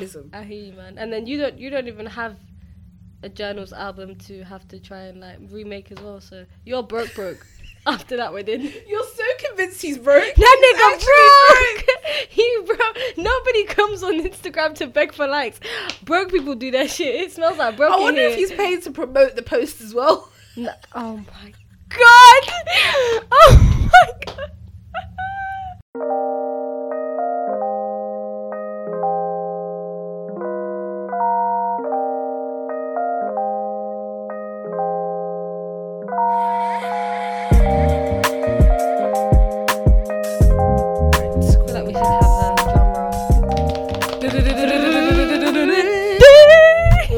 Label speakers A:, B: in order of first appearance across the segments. A: Listen,
B: I hear you, man. And then you don't you don't even have a Journals album to have to try and like remake as well. So you're broke, broke. After that wedding,
A: you're so convinced he's broke.
B: that nigga
A: He's actually
B: broke. he broke. Nobody comes on Instagram to beg for likes. Broke people do that shit. It smells like broke.
A: I
B: in
A: wonder if
B: here.
A: he's paid to promote the post as well.
B: No- oh my god! Oh my god! I feel like we should have a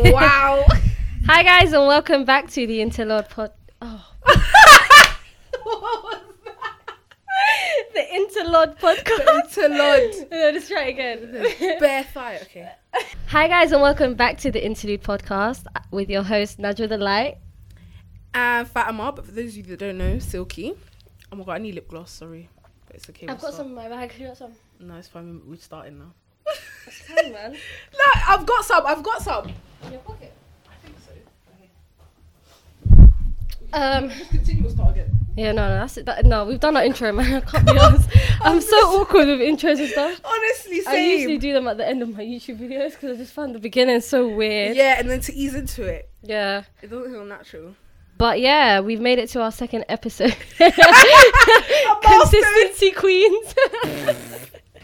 B: drum roll.
A: wow.
B: Hi guys, and welcome back to the Interlord Pod. Oh.
A: what was that?
B: the Interlord podcast.
A: Interlord.
B: no, let's try it again.
A: Bare thigh. Okay.
B: Hi, guys, and welcome back to the Interlude podcast with your host, Nadra the Light.
A: And Fatima, but for those of you that don't know, Silky. Oh my god, I need lip gloss. Sorry, but it's okay. we'll start.
B: in my bag. You got some?
A: No, it's fine. we- We're starting now.
B: It's time, man.
A: No, I've got some. I've got some.
B: In your pocket.
A: I think so.
B: Um.
A: Just continue. We'll start again.
B: Yeah, no, no, that's it. That, no, we've done our intro, man. I can't be honest. I'm so awkward with intros and stuff.
A: Honestly, same.
B: I usually do them at the end of my YouTube videos because I just find the beginning so weird.
A: yeah, and then to ease into it,
B: yeah.
A: it doesn't feel natural.
B: But yeah, we've made it to our second episode.
A: milestone.
B: Consistency queens.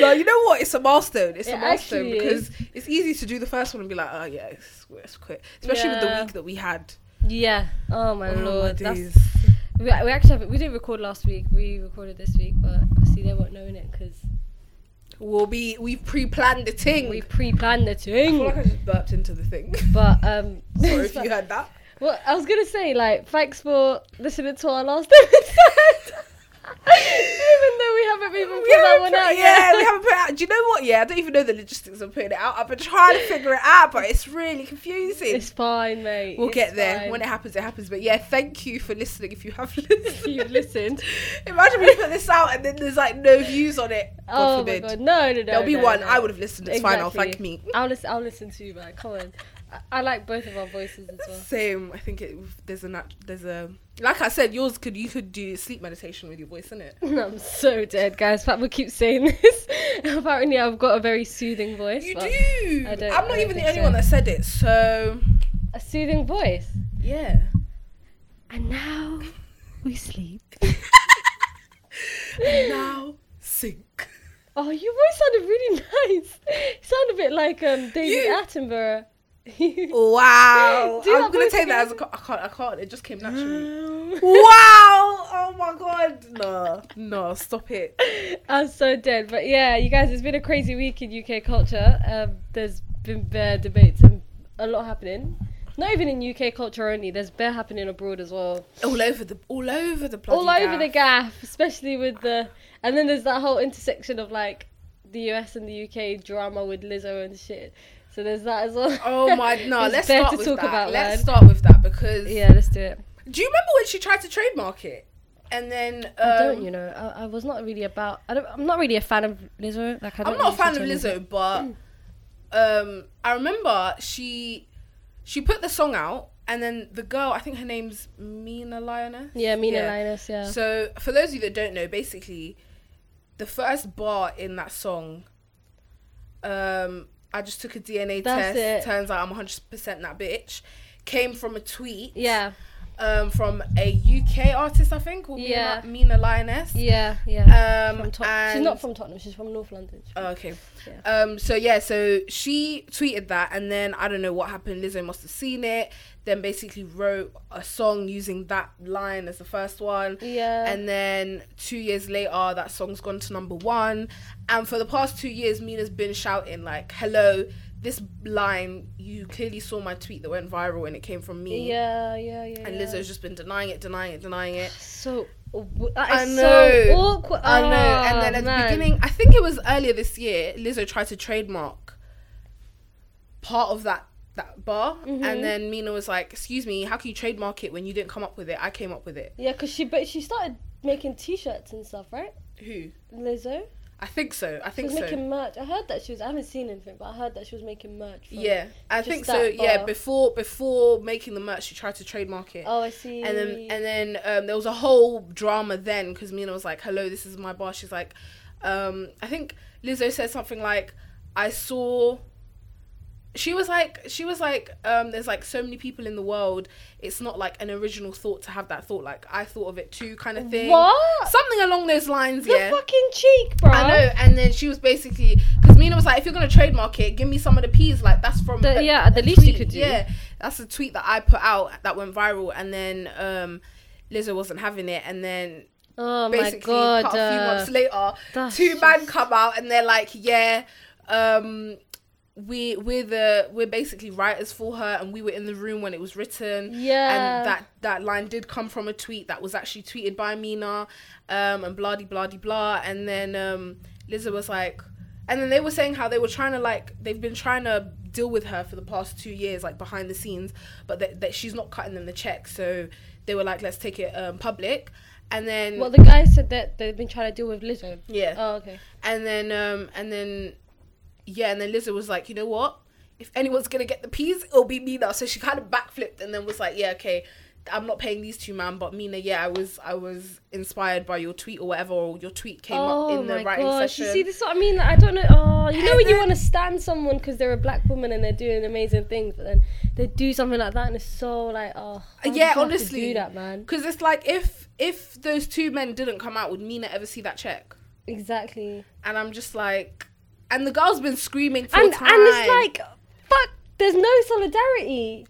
A: No, you know what? It's a milestone. It's a
B: It
A: milestone
B: actually
A: because
B: is.
A: it's easy to do the first one and be like, oh yeah, it's, it's quit. Especially with the
B: Yeah.
A: week that we had.
B: yeah. Oh my
A: Oh, my
B: lord. that's,
A: days.
B: we, we actually haven't, we didn't record last week. We recorded this week, but obviously they weren't knowing it because
A: We'll be. We've pre-planned the thing.
B: we pre-planned the
A: I feel like I
B: thing.
A: just burped into the thing.
B: But um,
A: Sorry if you heard that.
B: well, I was gonna say like thanks for listening to our last episode, even though we haven't even put that
A: haven't
B: one
A: put-
B: out
A: yeah,
B: yet.
A: we haven't put it out. Do you know what? Yeah, I don't even know the logistics of putting it out. I've been trying to figure it out, but it's really confusing.
B: It's fine, mate.
A: we'll
B: It's
A: get there.
B: fine.
A: When it happens, it happens. But yeah, thank you for listening if you have
B: If
A: listened.
B: you listened.
A: Imagine we put this out and then there's like no views on it. God
B: oh
A: forbid.
B: my god, no, no, no.
A: There'll be
B: no,
A: one.
B: no.
A: I would have listened. It's fine. I'll thank
B: Exactly.
A: me.
B: I'll listen. I'll listen to you, man. Come on. I, I like both of our voices as well.
A: Same. I think it, there's a nat- there's a like I said, yours could you could do sleep meditation with your voice in it.
B: I'm so dead, guys. Fatma keeps saying this. Apparently, I've got a very soothing voice.
A: You
B: but
A: do.
B: I don't-
A: I'm
B: I
A: not
B: don't
A: even the
B: think
A: only
B: so.
A: one that said it. So
B: A soothing voice.
A: yeah.
B: And now we sleep.
A: And now sink.
B: Oh, your voice sounded really nice. You sound a bit like um, David
A: You- Oh,
B: Attenborough.
A: Wow.
B: Do
A: I'm
B: that
A: gonna
B: voice
A: take that as a
B: again.
A: co- I can't. I can't. It just came naturally.
B: Um,
A: wow. Oh my god. No. No. Stop it.
B: I'm so dead. But yeah, you guys, it's been a crazy week in UK culture. Um, there's been bear debates and a lot happening. Not even in UK culture only. There's bear happening abroad as well.
A: All over the. All over the.
B: all
A: bloody
B: over the
A: gaff.
B: gaff, especially with the. And then there's that whole intersection of like the US and the UK drama with Lizzo and shit. So there's that as well.
A: Oh my no!
B: It's
A: let's
B: bare
A: start
B: to
A: with
B: talk
A: that.
B: about,
A: let's
B: man.
A: start with that because
B: Yeah, let's do it.
A: Do you remember when she tried to trademark it? And then um,
B: I Oh, don't, you know, I, I was not really about. I don't, I'm not really a fan of Lizzo. Like I don't
A: I'm not a
B: really
A: fan
B: listen
A: of
B: to her music.
A: Lizzo, but um, I remember she she put the song out, and then the girl, I think her name's Mina Lioness.
B: Yeah, Mina
A: Yeah.
B: Linus. Yeah.
A: So for those of you that don't know, basically, the first bar in that song, um, I just took a DNA
B: That's
A: test.
B: it.
A: Turns out I'm 100 percent that bitch. Came from a tweet.
B: yeah,
A: Um, from a UK artist, I think, called
B: Yeah.
A: Mina, Mina Lioness.
B: yeah, yeah.
A: Um,
B: From Tot-
A: and-
B: she's not from Tottenham. She's from North London.
A: Oh, okay.
B: Yeah.
A: Um. So yeah. So she tweeted that, and then I don't know what happened. Lizzo must have seen it. Then basically wrote a song using that line as the first one.
B: Yeah.
A: And then two years later, that song's gone to number one. And for the past two years, Mina's been shouting like, "Hello, this line. You clearly saw my tweet that went viral, and it came from me."
B: yeah, yeah, yeah.
A: And
B: yeah.
A: Lizzo's just been denying it, denying it, denying it.
B: So aw- that
A: I
B: is
A: know.
B: so awkward.
A: I know. And then
B: Ah,
A: at
B: man.
A: the beginning, I think it was earlier this year, Lizzo tried to trademark part of that that bar,
B: Mm-hmm.
A: and then Mina was like, "Excuse me, how can you trademark it when you didn't come up with it? I came up with it."
B: Yeah, because she but she started making T-shirts and stuff, right?
A: Who?
B: Lizzo.
A: I think so. I
B: She
A: think
B: was
A: so.
B: making merch. I heard that she was. I haven't seen anything, but I heard that she was making merch. From,
A: yeah, I
B: just
A: think
B: that
A: so. Yeah,
B: bar.
A: before before making the merch, she tried to trademark it.
B: Oh, I see.
A: And then and then um, there was a whole drama then because Mina was like, "Hello, this is my bar." She's like, um, I think Lizzo said something like, "I saw." She was like, she was like, um, there's like so many people in the world. It's not like an original thought to have that thought. Like I thought of it too, kind of thing.
B: what?
A: Something along those lines.
B: The
A: yeah.
B: fucking cheek, bro.
A: I know, and then she was basically because Mina was like, "If you're gonna trademark it, give me some of the peas." Like that's from
B: The-
A: a-
B: yeah, the
A: a
B: least you
A: tweet.
B: could do.
A: Yeah, that's a tweet that I put out that went viral, and then um, Lizzo wasn't having it, and then
B: Oh my
A: basically
B: god.
A: cut a few
B: uh,
A: months later,
B: that's
A: two men
B: just-
A: come out and they're like, "Yeah, um, we we're the we're basically writers for her, and we were in the room when it was written."
B: Yeah.
A: and that that line did come from a tweet that was actually tweeted by Mina, um, and blah de blah de blah. And then um, Lizzo was like, and then they were saying how they were trying to like they've been trying to deal with her for the past two years, like behind the scenes, but that, that she's not cutting them the check, so they were like, let's take it um, public. And then
B: Well, the guy said that they've been trying to deal with Lizzo.
A: yeah,
B: Oh, okay.
A: and then um and then yeah, and then Lizzo was like, you know what? If anyone's gonna get the peas, it'll be Mina. So she kind of backflipped and then was like, yeah, okay, I'm not paying these two, man. But Mina, yeah, I was I was inspired by your tweet or whatever, or your tweet came up
B: oh
A: in the
B: my
A: writing
B: gosh!
A: session.
B: You see, this is what I mean. Like, I don't know. Oh, you know
A: And
B: when you
A: then-
B: want to stand someone because they're a black woman and they're doing amazing things, but then they do something like that, and it's so like, oh, how did
A: Uh, Yeah,
B: you have to
A: honestly.
B: do that, man.
A: Because it's like if if those two men didn't come out, would Mina ever see that check?
B: Exactly.
A: And I'm just like, and the girl's been screaming for
B: and
A: time.
B: and it's like fuck there's no solidarity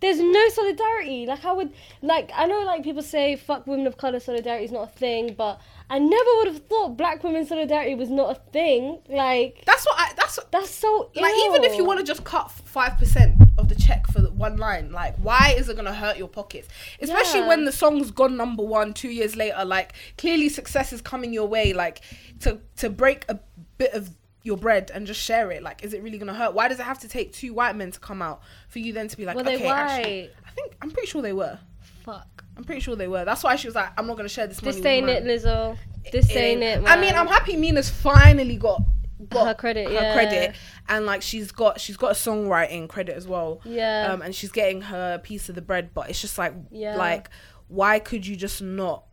B: there's no solidarity like i would like i know like people say fuck women of color solidarity is not a thing but i never would have thought black women solidarity was not a thing like
A: that's what I that's
B: that's so
A: Like even if you want to just cut five percent of the check for the one line, like why is it gonna hurt your pockets? Especially
B: Yeah.
A: when the song's gone number one two years later. Like clearly success is coming your way. Like to to break a bit of your bread and just share it. Like is it really gonna hurt? Why does it have to take two white men to come out for you then to be like
B: Were they
A: okay? actually,
B: white?
A: I think I'm pretty sure they were.
B: fuck
A: I'm pretty sure they were. That's why she was like, I'm not gonna share this.
B: this
A: money
B: ain't
A: with
B: it
A: man.
B: lizzo this ain't it man.
A: I mean, I'm happy Mina's finally got. Got
B: Her credit,
A: her
B: yeah.
A: credit, and like she's got she's got a songwriting credit as well
B: yeah
A: um, and she's getting her piece of the bread. But it's just like,
B: Yeah.
A: like, why could you just not?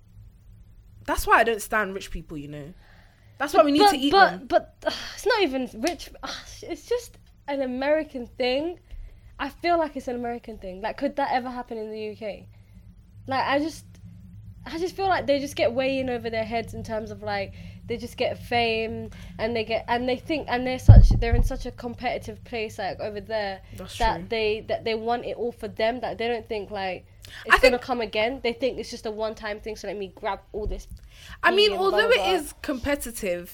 A: That's why I don't stand rich people. You know, that's why we need
B: but,
A: to eat
B: but,
A: them.
B: But ugh, it's not even rich. ugh, It's just an American thing. I feel like it's an American thing. Like, could that ever happen in the UK? Like, I just, I just feel like they just get way in over their heads in terms of like they just get fame and they get and they think and they're such they're in such a competitive place like over there
A: That's
B: that
A: true.
B: they that they want it all for them that they don't think like it's
A: I
B: gonna
A: think-
B: come again. They think it's just a one time thing. So let me grab all this.
A: I mean,
B: and
A: although
B: blah, blah,
A: it is competitive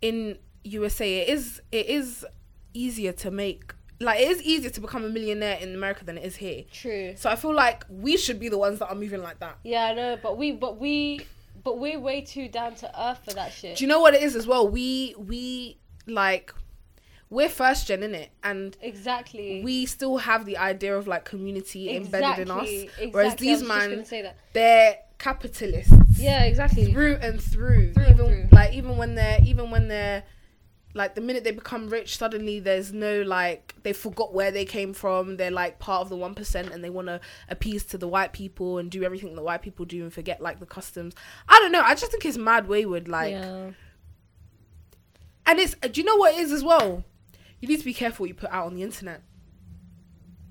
A: in USA, it is it is easier to make like it is easier to become a millionaire in America than it is here.
B: True.
A: So I feel like we should be the ones that are moving like that.
B: Yeah, I know, but we, but we, but we're way too down to earth for that shit.
A: Do you know what it is as well? We we like we're first gen in it, and
B: exactly.
A: we still have the idea of like community embedded in us.
B: Exactly,
A: Whereas
B: exactly, I
A: these
B: was just gonna
A: men,
B: say that.
A: they're capitalists
B: Yeah, exactly.
A: through and through.
B: Through and
A: even
B: through.
A: like even when they're even when they're like the minute they become rich, suddenly there's no like they forgot where they came from. They're like part of the one percent, and they want to appease to the white people and do everything the white people do and forget like the customs. I don't know. I just think it's mad wayward. Like,
B: yeah.
A: and it's do you know what it is as well? You need to be careful what you put out on the internet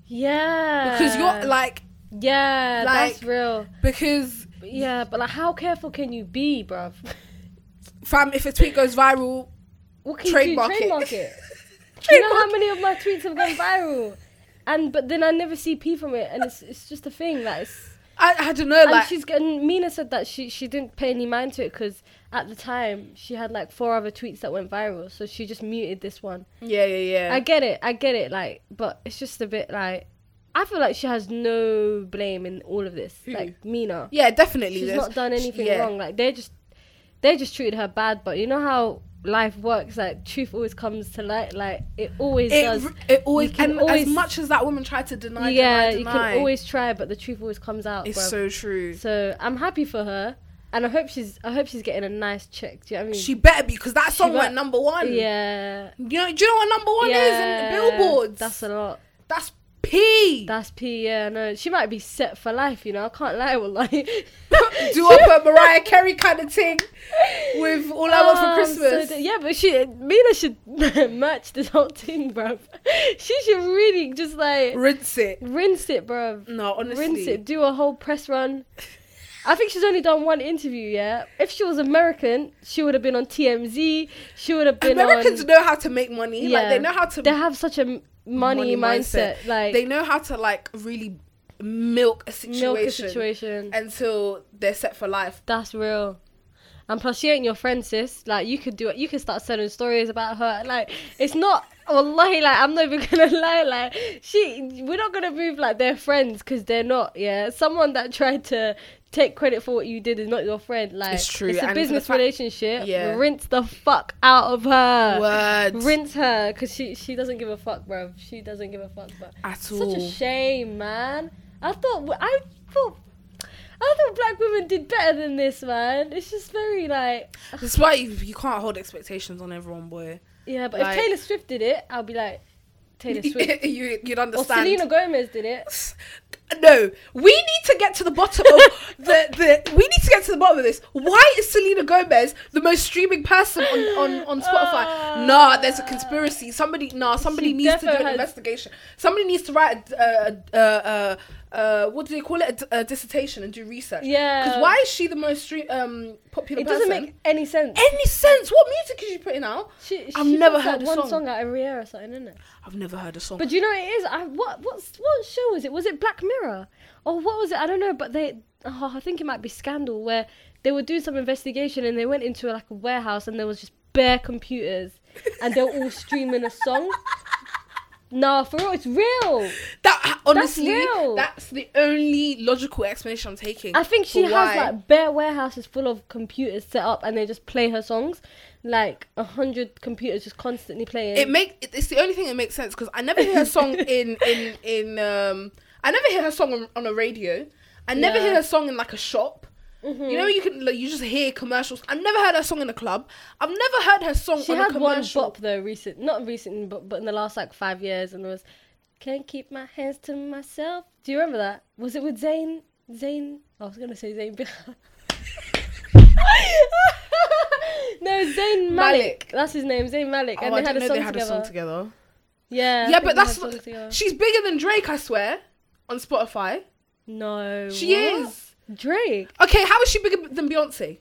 B: Yeah.
A: because you're like
B: Yeah, that's
A: like-
B: real.
A: because
B: But yeah, but like, how careful can you be, bruv?
A: fam, if a tweet goes viral,
B: What can
A: trademark
B: you
A: it.
B: do? Trademark it. Do you know
A: Trademark
B: how many of my tweets have gone viral? And but then I never see pee from it, and it's it's just a thing. Like, it's,
A: I, I don't know,
B: and
A: like
B: she's and Mina said that she she didn't pay any mind to it because at the time she had like four other tweets that went viral, so she just muted this one.
A: yeah, yeah, yeah.
B: I get it, I get it, like, but it's just a bit like I feel like she has no blame in all of this.
A: Who?
B: Like Mina,
A: yeah, definitely.
B: she's
A: Mm. there's-
B: not done
A: she-
B: anything
A: yeah.
B: wrong. Like they just they just treated her bad, but you know how life works. Like truth always comes to light. Like it always
A: It,
B: does.
A: r- it always
B: You can
A: and
B: always-
A: as much as that woman tried to deny,
B: yeah,
A: deny,
B: you
A: deny,
B: can always try, but the truth always comes out.
A: it's
B: bruv.
A: so true.
B: So I'm happy for her. And I hope she's I hope she's getting a nice check. Do you know what I mean?
A: She better be because that song
B: bet-
A: went number one.
B: yeah.
A: You know, do you know what number one
B: yeah.
A: is in the billboards?
B: That's a lot.
A: That's P.
B: That's P. Yeah, no, she might be set for life. You know, I can't lie. Well, like,
A: do up a Mariah Carey kind of thing with all
B: Oh,
A: I want for Christmas.
B: yeah, but she, Mina should match this whole thing, bruv. She should really just like
A: Rinse it.
B: rinse it, bruv.
A: No, honestly.
B: Rinse it. Do a whole press run. I think she's only done one interview. Yeah, if she was American, she would have been on TMZ. She would have been
A: Americans
B: on.
A: know how to make money. Like they know how to
B: They have such a m- money,
A: Money
B: mindset.
A: mindset.
B: Like
A: they know how to like really milk a situation,
B: milk a situation.
A: until they're set for life.
B: That's real. And plus, she ain't your friend, sis. Like, you could do it. You could start selling stories about her. Like, it's not. Wallahi, like, I'm not even gonna lie. Like, she. We're not gonna move like they're friends because they're not, yeah? Someone that tried to take credit for what you did is not your friend. Like,
A: It's true,
B: It's a
A: and for the
B: business
A: fact-
B: relationship.
A: Yeah.
B: Rinse the fuck out of her.
A: Words
B: Uh, Rinse her because she, she doesn't give a fuck, bruv. She doesn't give a fuck, bruv.
A: at
B: Such a
A: all.
B: shame, man. I thought I thought I thought black women did better than this, man. It's just very like
A: That's why you, you can't hold expectations on everyone, boy.
B: yeah. But
A: Like-
B: if Taylor Swift did it, I'll be like Taylor Swift
A: you, you'd
B: or
A: understand.
B: Selena Gomez did it.
A: No, we need to get to the bottom of the, the. We need to get to the bottom of this. Why is Selena Gomez the most streaming person on on, on Spotify?
B: Ah.
A: nah, there's a conspiracy. Somebody, nah, somebody
B: She
A: needs to do
B: defo
A: an
B: has-
A: investigation. Somebody needs to write a, a, a, a, a uh, what do they call it? A, a dissertation and do research.
B: Yeah.
A: Because why is she the most stream, um popular?
B: It
A: person?
B: doesn't make any sense.
A: any sense. What music is she putting out?
B: She, she
A: I've never
B: puts out
A: heard a
B: one
A: song.
B: out every year or something, isn't it?
A: I've never heard a song.
B: But do you know what it is? I what what's what show was it? Was it Black Mirror? Or what was it? I don't know, but they oh, I think it might be Scandal where they were doing some investigation and they went into like a warehouse and there was just bare computers and they were all streaming a song. Nah, for real, it's real.
A: that honestly,
B: real.
A: that's the only logical explanation I'm taking.
B: I think she
A: for
B: has
A: why.
B: like bare warehouses full of computers set up and they just play her songs. Like a hundred computers just constantly playing.
A: it make it- it's the only thing that makes sense because I never hear her song in in in um I never hear her song on, on a radio. I never
B: Yeah. Mm-hmm.
A: hear her song in like a shop. You know you can like, you just hear commercials. I've never heard her song in a club. I've never heard her song
B: She
A: on a
B: had one
A: commercial.
B: bop though, recent, not recent, but but in the last like five years, and it was "Can't Keep My Hands to Myself." Do you remember that? Was it with Zayn? Zayn? I was gonna say Zayn. Bi- no, Zayn Malik.
A: Malik.
B: That's his name, Zayn Malik,
A: Oh,
B: and
A: I
B: they had,
A: didn't
B: a
A: know
B: song,
A: they had
B: together.
A: a song together.
B: Yeah. I
A: yeah,
B: think
A: but
B: they had
A: that's
B: songs together.
A: she's bigger than Drake. I swear on Spotify
B: no.
A: she
B: what?
A: is.
B: Drake.
A: Okay, how is she bigger than Beyonce?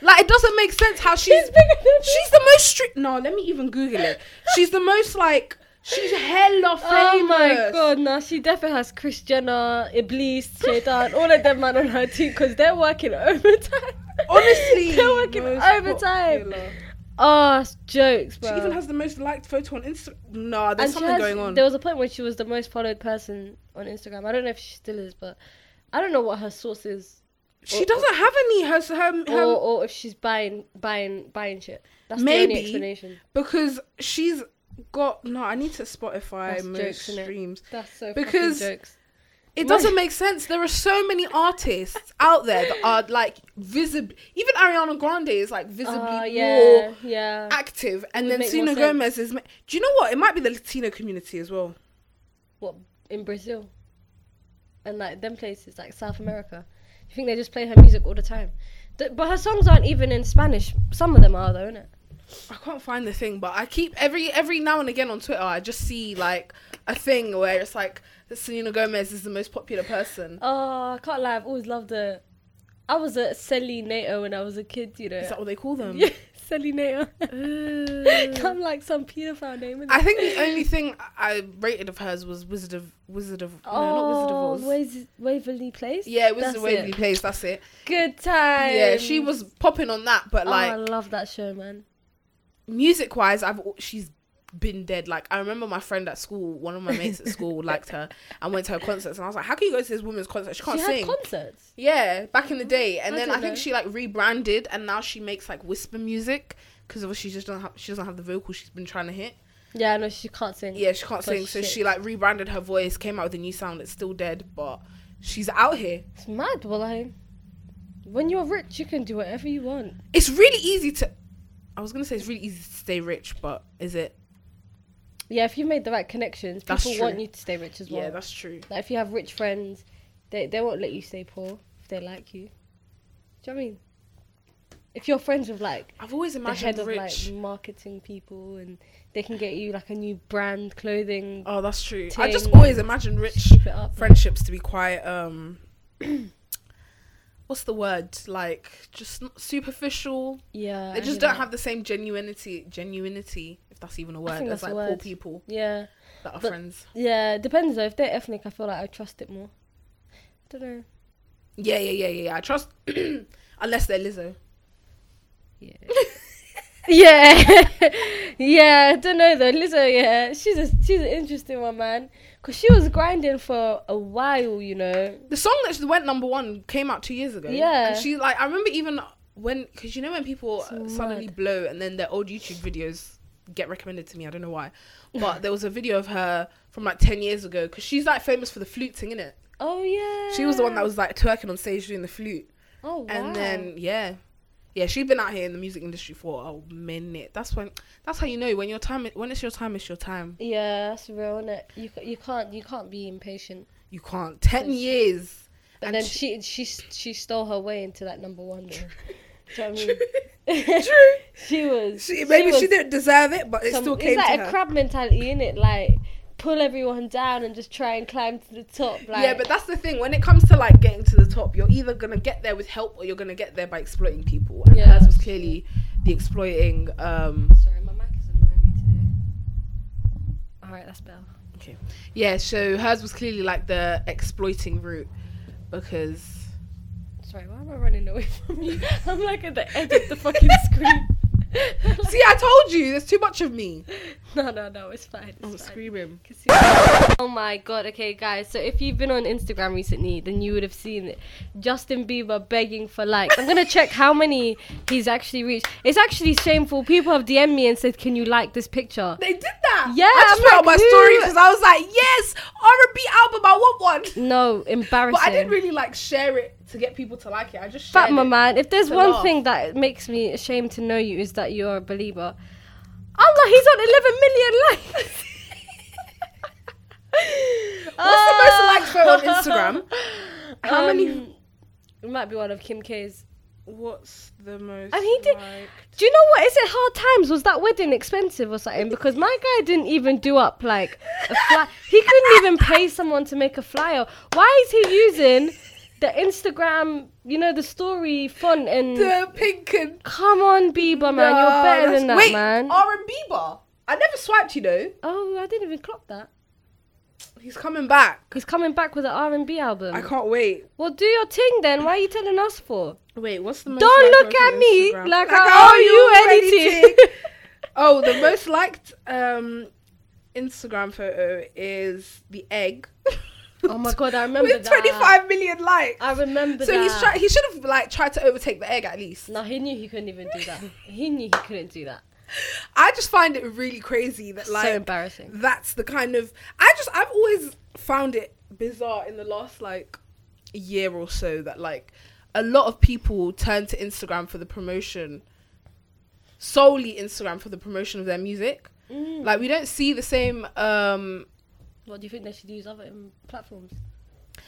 A: like it doesn't make sense how she's
B: She's bigger than.
A: She's the most strict. No, let me even Google it. She's the most like. She's hella famous.
B: Oh my god, no, she definitely has Chris Jenner, Iblis, Shaitan, all of them man on her team because they're working overtime.
A: Honestly,
B: they're working
A: most
B: overtime.
A: popular.
B: Oh, it's jokes, bro.
A: She even has the most liked photo on Instagram. Nah,
B: And
A: there's
B: she
A: something
B: has-
A: going on.
B: There was a point when she was the most followed person on Instagram. I don't know if she still is, but I don't know what her source is,
A: she doesn't have any. Her, her,
B: or,
A: her
B: or if she's buying, buying, buying shit. That's the
A: Maybe.
B: only explanation.
A: because she's got. No, I need to Spotify
B: That's
A: most
B: jokes, innit?
A: streams.
B: That's so
A: Because-
B: fucking jokes.
A: It
B: Right.
A: doesn't make sense. There are so many artists out there that are like visibly. Even Ariana Grande is like visibly
B: Oh,
A: more
B: yeah, yeah.
A: active, and
B: would
A: then
B: make
A: Selena
B: more sense.
A: Gomez is. Ma- Do you know what? It might be the Latino community as well.
B: What in Brazil, and like them places like South America. You think they just play her music all the time? Th- but her songs aren't even in Spanish. Some of them are though, innit?
A: I can't find the thing, but I keep every every now and again on Twitter. I just see like a thing where it's like Selena Gomez is the most popular person.
B: Oh, I can't lie. I've always loved her. I was a Selly NATO when I was a kid, you know.
A: Is that what they call them?
B: Yeah, Selly NATO.
A: Ooh.
B: I'm like some pedophile name.
A: I think the only thing I rated of hers was Wizard of Wizard of
B: Oh,
A: no, not Wizard of Oz.
B: Wais- Waverly Place.
A: yeah, Wizard of
B: That's it.
A: Waverly Place. That's it.
B: Good time.
A: Yeah, she was popping on that, but
B: Um, oh, I
A: like
B: love that show, man.
A: music wise, I've al- she's been dead. Like I remember my friend at school, one of my mates at school liked her and went to her concerts, and I was like, "How can you go to this woman's concert? She can't
B: she had
A: sing."
B: concerts.
A: yeah, back in the day, and
B: I
A: then I
B: didn't
A: think
B: know.
A: she like rebranded, and now she makes like whisper music because obviously she just doesn't have she doesn't have the vocal she's been trying to hit.
B: Yeah, no, she can't sing.
A: Yeah, she can't
B: But
A: sing, so
B: Oh, shit.
A: she like rebranded her voice, came out with a new sound. It's still dead, but she's out here.
B: It's mad, well, I. When you're rich, you can do whatever you want.
A: It's really easy to. I was gonna say it's really easy to stay rich, but is it?
B: Yeah, if you made the right connections,
A: That's
B: people
A: true.
B: want you to stay rich as well.
A: Yeah, that's true.
B: like if you have rich friends, they they won't let you stay poor if they like you. Do you know what I mean? If you're friends with like
A: I've always imagined
B: the head
A: rich.
B: of like marketing people and they can get you like a new brand clothing,
A: oh, that's true. I just
B: ting.
A: always imagined rich
B: keep it up.
A: friendships to be quite um. What's the word? Like just not superficial.
B: Yeah,
A: They
B: I
A: just
B: hear
A: don't
B: that.
A: have the same genuinity. Genuinity, if that's even a word.
B: think
A: There's
B: that's
A: like
B: a
A: poor
B: word.
A: people
B: Yeah,
A: that are
B: But-
A: friends.
B: yeah. it Depends though. If they're ethnic, I feel like I trust it more. I don't know.
A: Yeah, yeah, yeah, yeah. yeah. I trust unless they're Lizzo.
B: Yeah. yeah. yeah, I don't know though. Lizzo, yeah, she's a, she's an interesting one, man. Cause she was grinding for a while, you know.
A: The song that she went number one came out two years ago.
B: Yeah.
A: and she like I remember even when because you know when people
B: So
A: uh, suddenly
B: mad.
A: blow and then their old YouTube videos get recommended to me. I don't know why, but there was a video of her from like ten years ago because she's like famous for the flute thing, innit?
B: Oh yeah.
A: She was the one that was like twerking on stage doing the flute,
B: Oh wow.
A: and then yeah. Yeah, she's been out here in the music industry for a minute. That's when. That's how you know when your time. When it's your time, it's your time.
B: Yeah, that's real, is it? You ca- you can't you can't be impatient.
A: You can't. Ten
B: Yes.
A: years.
B: But
A: And
B: then
A: she-
B: she, she she stole her way into that number one. Though. Do you know what I mean?
A: True.
B: She was.
A: She, maybe she,
B: was
A: didn't deserve it, but it
B: some-
A: still
B: it's
A: came
B: like
A: to
B: a
A: her.
B: crab mentality, in it? Like pull everyone down and just try and climb to the top. Like
A: yeah, but that's the thing. When it comes to like getting to the top, you're either gonna get there with help or you're gonna get there by exploiting people. And
B: Yeah,
A: hers was
B: that's
A: clearly the exploiting. Um,
B: Sorry, my mic is annoying me today. Alright, that's better.
A: yeah, so hers was clearly like the exploiting route because
B: Sorry, why am I running away from you? I'm like at the edge of the fucking screen.
A: see, I told you, there's too much of me.
B: no, no, no, it's fine. It's
A: I'm
B: fine.
A: screaming.
B: Can see- Oh my god, okay, guys. So, if you've been on Instagram recently, then you would have seen it. Justin Bieber begging for likes. I'm gonna check how many he's actually reached. It's actually shameful. People have DM'd me and said, Can you like this picture?
A: They did that.
B: Yeah,
A: I just
B: I'm
A: put
B: like,
A: out my
B: who-
A: story because I was like, yes, R&B album, I want one.
B: No,
A: But I
B: embarrassing.
A: didn't really like share it to get people to like it. I just shared
B: But my
A: it.
B: man, if there's
A: to
B: one
A: laugh.
B: thing that makes me ashamed to know you is that you're a believer. Allah, he's on 11 million likes.
A: What's the most
B: Ah.
A: liked photo on Instagram?
B: Um,
A: How many-
B: It might be one of Kim K's.
A: What's the most?
B: And he did-
A: Like...
B: Do you know what? Is it hard times? Was that wedding expensive or something? Because my guy didn't even do up like a fly. He couldn't even pay someone to make a flyer. Why is he using the Instagram, you know, the story font and.
A: the pink and
B: Come on, Bieber, man.
A: Nah,
B: You're better
A: that's-
B: than that,
A: Wait,
B: man.
A: R and B bar. I never swiped, you know.
B: Oh, I didn't even clock that.
A: He's coming back.
B: He's coming back with an R&B album.
A: I can't wait.
B: well, do your thing then. Why are you telling us for?
A: Wait, what's the most?
B: Don't
A: liked
B: look
A: on
B: at me
A: Instagram?
B: like, I owe you anything.
A: oh, the most liked um Instagram photo is the egg.
B: Oh my God, I remember
A: With
B: that.
A: 25 million likes.
B: I remember
A: so
B: that.
A: he's try- he should have like tried to overtake the egg at least.
B: No, he knew he couldn't even do that. He knew he couldn't do that.
A: I just find it really crazy that like
B: so embarrassing.
A: that's the kind of I just I've always found it bizarre in the last like year or so that like a lot of people turn to Instagram for the promotion solely Instagram for the promotion of their music.
B: Mm.
A: Like we don't see the same um
B: What do you think they should use other um, platforms?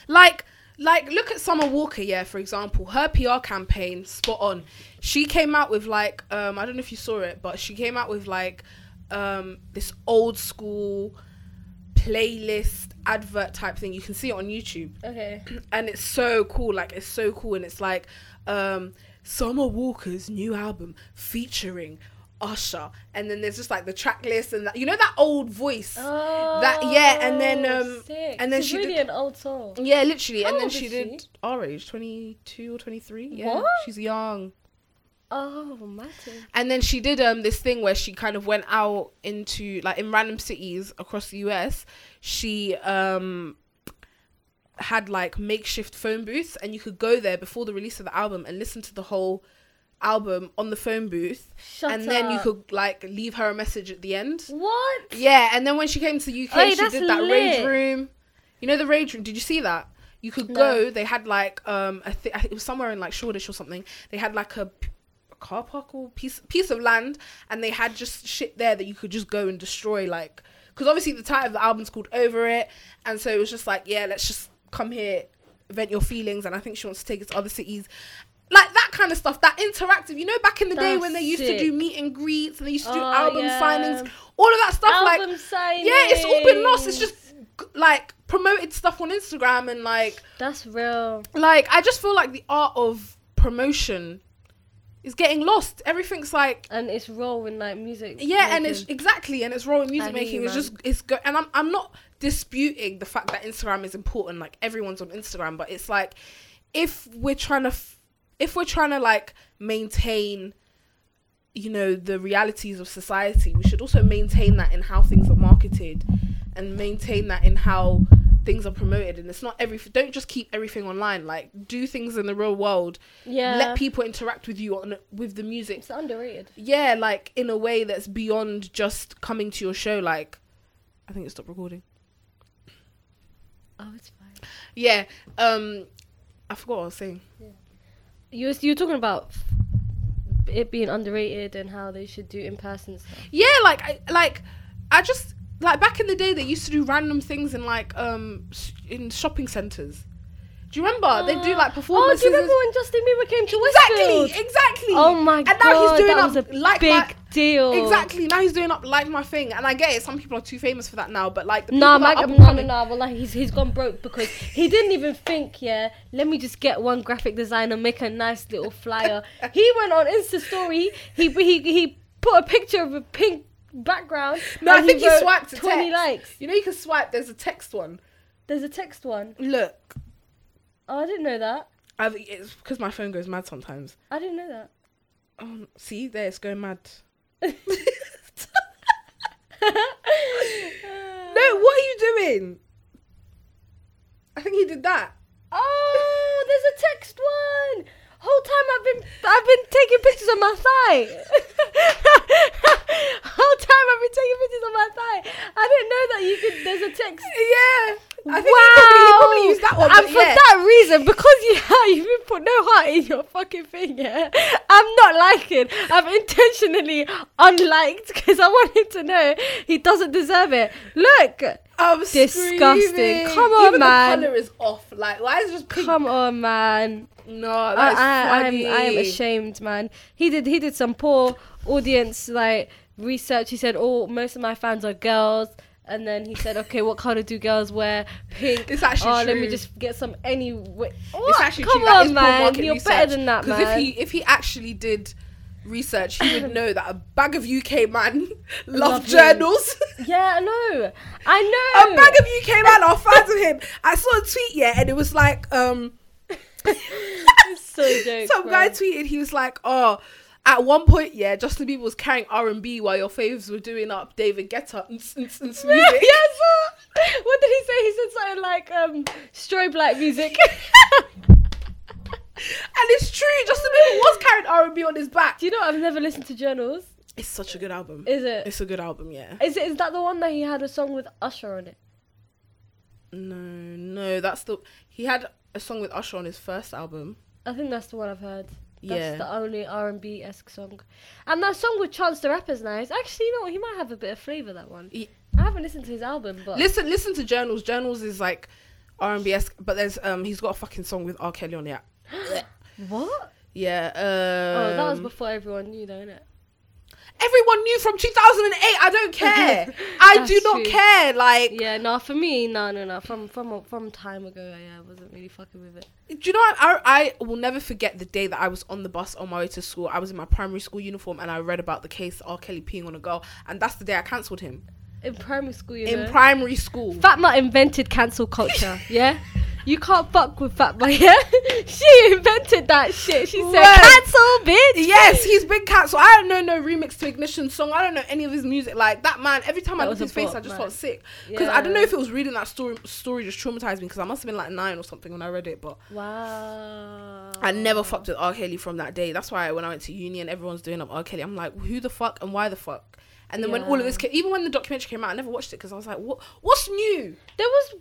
A: like like look at Summer Walker, yeah, for example. Her PR campaign, spot on. She came out with like um I don't know if you saw it, but she came out with like um this old school playlist advert type thing. You can see it on YouTube.
B: Okay.
A: And it's so cool, like it's so cool and it's like um Summer Walker's new album featuring Usher and then there's just like the track list and that you know that old voice.
B: Oh,
A: yeah, and then, um,
B: sick.
A: and then
B: She's
A: she
B: really
A: did-
B: an old soul.
A: Yeah, literally.
B: How
A: and then
B: old
A: she
B: is
A: did
B: she?
A: our age, 22 or 23. Yeah.
B: What?
A: She's young.
B: Oh, matter.
A: And then she did um this thing where she kind of went out into like in random cities across the US. She um had like makeshift phone booths and you could go there before the release of the album and listen to the whole album on the phone booth
B: Shut
A: and then you
B: up.
A: could like leave her a message at the end.
B: What?
A: Yeah, and then when she came to the UK,
B: Oi,
A: she
B: that's
A: did that
B: lit.
A: rage room. You know the rage room. Did you see that? You could
B: No.
A: go. They had like um, a th- it was somewhere in like Shoreditch or something. They had like a, p- a car park or piece piece of land, and they had just shit there that you could just go and destroy. Like, because obviously the title of the album's called Over It, and so it was just like, yeah, let's just come here, vent your feelings, and I think she wants to take it to other cities. Like that kind of stuff, that interactive. You know, back in the day
B: That's
A: when they used
B: sick.
A: to do meet and greets and they used to do
B: Oh,
A: album
B: yeah.
A: signings, all of that stuff. like,
B: Album signings.
A: yeah, it's all been lost. It's just g- like promoted stuff on Instagram and like
B: that's real.
A: like I just feel like the art of promotion is getting lost. Everything's like
B: and it's role in like music.
A: yeah, and it's
B: making.
A: exactly and it's role in music
B: I hear you,
A: making is
B: man.
A: just it's go and I'm I'm not disputing the fact that Instagram is important. Like everyone's on Instagram, but it's like if we're trying to f- if we're trying to like maintain you know the realities of society we should also maintain that in how things are marketed and maintain that in how things are promoted and it's not every don't just keep everything online like do things in the real world
B: yeah.
A: let people interact with you on with the music
B: It's underrated.
A: yeah, like in a way that's beyond just coming to your show. Like, I think it stopped recording.
B: Oh, it's fine.
A: Yeah, um, I forgot what I was saying.
B: You was, you were talking about f- it being underrated and how they should do in person stuff.
A: Yeah, like I like I just like back in the day they used to do random things in like um s- in shopping centers. Do you remember they do like
B: Oh,
A: performances?
B: do you remember when Justin Bieber came to Westfield?
A: exactly, exactly.
B: Oh my
A: and
B: god,
A: now he's doing
B: that
A: up
B: was a
A: like
B: big
A: my-
B: deal.
A: Exactly. Now he's doing up like my thing, and I get it. Some people are too famous for that now, but like the people
B: No,
A: that
B: my,
A: are up
B: no,
A: and
B: no,
A: coming-
B: no, well, like, he's, he's gone broke because he didn't even think, yeah, let me just get one graphic designer, make a nice little flyer. he went on Insta story, he, he, he put a picture of a pink background.
A: No, I
B: and
A: think he,
B: wrote
A: swiped a
B: 20
A: text.
B: likes.
A: You know, you can swipe. There's a text one.
B: There's a text one.
A: Look,
B: Oh, I didn't know that.
A: I've, it's because my phone goes mad sometimes.
B: I didn't know that.
A: Um, see, there it's going mad. No, what are you doing? I think he did that.
B: Oh, there's a text one. Whole time I've been I've been taking pictures of my thigh. Whole time I've been taking pictures of my thigh. I didn't know that you could. There's a text.
A: Yeah. I think
B: wow.
A: he, probably, he probably used that one.
B: And
A: but
B: for
A: yeah.
B: that reason, because you you've been put no heart in your fucking thing, yeah. I'm not liking. I've intentionally unliked because I wanted to know he doesn't deserve it. Look,
A: I'm
B: Disgusting.
A: screaming.
B: Come on,
A: Even
B: man.
A: The color is off. Like, why is it just pink?
B: come on, man.
A: No, that's
B: I, I, I am
A: funny.
B: I am ashamed, man. He did he did some poor audience like research. He said, "Oh, most of my fans are girls." And then he said, "Okay, what color do girls wear? Pink."
A: It's actually
B: Oh, let
A: true.
B: me just get some any. What?
A: It's actually
B: Come
A: true. that
B: on,
A: is poor
B: man.
A: market
B: You're
A: research.
B: better than that,
A: 'Cause
B: man.
A: if he if he actually did research, he would know that a bag of UK man love,
B: Love him.
A: journals.
B: Yeah, I know. I know.
A: a bag of UK man are fans of him. I saw a tweet yeah, and it was like um
B: so joke,
A: some
B: bro.
A: guy tweeted he was like oh. At one point, yeah, Justin Bieber was carrying R and B while your faves were doing up David Guetta and music.
B: Yeah, yes. What did he say? He said something like um, "strobe light music."
A: and it's true. Justin Bieber was carrying R and B on his back.
B: Do you know I've never listened to journals?
A: It's such a good album.
B: Is it?
A: It's a good album, yeah.
B: Is it is that the one that he had a song with Usher on it?
A: No, no, that's the he had a song with Usher on his first album.
B: I think that's the one I've heard. That's
A: Yeah.
B: the only R and B esque song. And that song with Chance the Rapper's nice. Actually, you know what? He might have a bit of flavour that one.
A: Ye-
B: I haven't listened to his album, but
A: Listen, listen to Journals. Journals is like R and B esque, but there's um he's got a fucking song with R Kelly on it.
B: what?
A: Yeah. Um,
B: oh, that was before everyone knew, though, innit?
A: everyone knew from 2008. I don't care. I do
B: That's
A: not
B: true.
A: care. Like,
B: Yeah, nah, for me, no, no, no. From from from time ago, yeah, I wasn't really fucking with it.
A: do you know? What? I I will never forget the day that I was on the bus on my way to school. I was in my primary school uniform and I read about the case R Kelly peeing on a girl, and that's the day I cancelled him
B: In primary school, you
A: in
B: know.
A: primary school.
B: Fatma invented cancel culture, yeah? You can't fuck with Fatma, yeah? she invented that shit. She said,
A: Word.
B: cancel, bitch!
A: Yes, he's big cat. So I don't know no remix to Ignition song. I don't know any of his music. Like that man, every time I
B: That
A: looked
B: was
A: at
B: a
A: his face,
B: bop,
A: I just
B: man.
A: felt sick. Because I don't
B: Yeah.
A: know if it was reading that story. Story just traumatized me because I must have been like nine or something when I read it. But
B: Oh, Wow.
A: I never fucked with R. Kelly from that day. That's why when I went to uni and everyone's doing up R. Kelly, I'm like, who the fuck and why the fuck? And then when
B: Yeah.
A: all of this came, even when the documentary came out, I never watched it because I was like, what? What's new?
B: There was.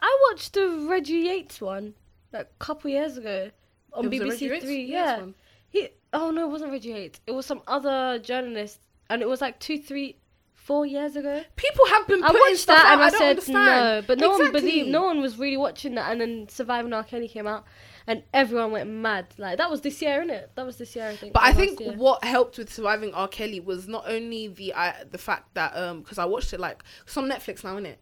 B: I watched the Reggie Yates one like a couple years ago on
A: There
B: BBC
A: was a Reggie Yates-
B: Three.
A: Yates
B: Yeah.
A: one.
B: He. Oh no, it wasn't Reggie Yates. It was some other journalist, and it was like two, three, four years ago.
A: People have been
B: I
A: putting
B: watched
A: stuff
B: that
A: out.
B: and I,
A: I, don't
B: said
A: understand.
B: no, but no
A: Exactly.
B: one believed. No one was really watching that, and then Surviving R. Kelly came out, and everyone went mad. Like that was this year, innit? That was this year, I think.
A: But
B: or
A: I
B: last
A: think
B: year.
A: what helped with surviving R. Kelly was not only the I the fact that um because I watched it like it's on Netflix now, isn't it?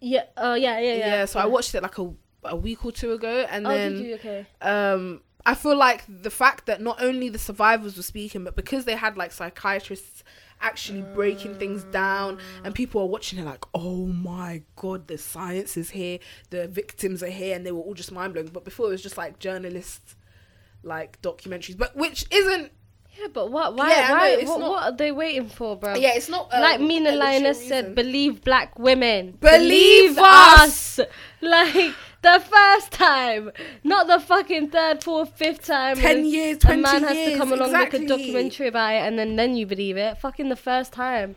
B: yeah, uh, yeah, yeah,
A: Yeah.
B: yeah.
A: so I watched it like a a week or two ago, and
B: Oh,
A: then
B: did you? Okay.
A: um I feel like the fact that not only the survivors were speaking, but because they had like psychiatrists actually breaking things down
B: Mm.
A: and people are watching it like, oh my god, the science is here, the victims are here, and they were all just mind blowing. But before it was just like journalists like documentaries. But which isn't
B: Yeah, but what? Why?
A: Yeah, I
B: why?
A: know, it's
B: what,
A: not-
B: what are they waiting for, bro?
A: yeah, it's not um,
B: Oh. like Mina
A: a literal
B: Lioness
A: reason.
B: said, believe black women.
A: Believe us!
B: Like the first time, not the fucking third, fourth, fifth time.
A: Ten
B: when
A: years,
B: A
A: 20
B: man has to
A: years,
B: come along
A: exactly.
B: make a documentary about it, and then then you believe it. Fucking the first time.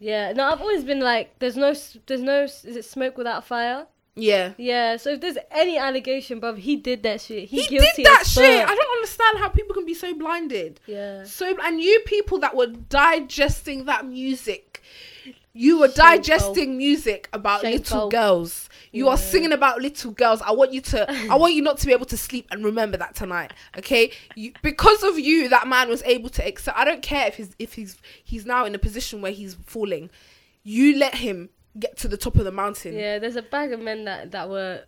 B: Yeah. No, I've always been like, there's no, s- there's no. s- Is it smoke without fire?
A: yeah.
B: Yeah. So if there's any allegation, bruv, he did that shit. He,
A: He
B: guilty
A: did that
B: as
A: shit.
B: fuck.
A: I don't understand how people can be so blinded.
B: Yeah.
A: So and you people that were digesting that music, you were digesting music about little
B: Shameful.
A: girls. You are
B: Yeah.
A: singing about little girls. I want you to. I want you not to be able to sleep and remember that tonight. Okay, you, because of you, that man was able to accept. I don't care if he's if he's he's now in a position where he's falling. You let him get to the top of the mountain.
B: Yeah, there's a bag of men that that were.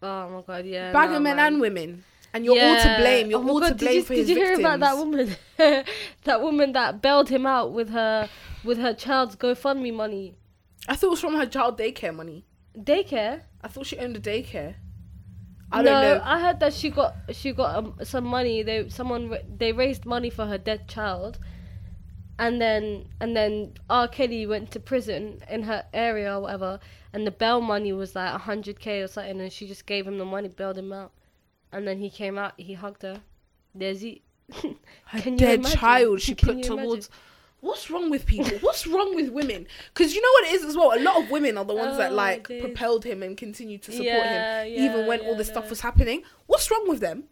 B: Oh my god, yeah.
A: Bag
B: nah,
A: of men
B: man.
A: and women, and you're all to
B: Yeah.
A: blame. You're
B: Oh my
A: all
B: God,
A: to blame
B: did you,
A: for
B: Did
A: his
B: you
A: victims.
B: hear about that woman? that woman that bailed him out with her with her child's GoFundMe money.
A: I thought it was from her child daycare money.
B: Daycare.
A: I thought she owned a daycare. I don't
B: no, uh,
A: know.
B: I heard that she got she got um, some money. They someone ra- they raised money for her dead child, and then and then R Kelly went to prison in her area or whatever, and the bail money was like hundred k or something, and she just gave him the money, bailed him out, and then he came out, he hugged her. There's he.
A: her
B: Can you
A: dead
B: imagine?
A: child she
B: Can
A: put
B: you
A: towards. What's wrong with people? What's wrong with women? Because you know what it is as well. A lot of women are the ones that
B: Oh,
A: like
B: days.
A: propelled him and continued to support
B: Yeah,
A: him,
B: yeah,
A: even when all
B: yeah,
A: this
B: no.
A: stuff was happening. What's wrong with them?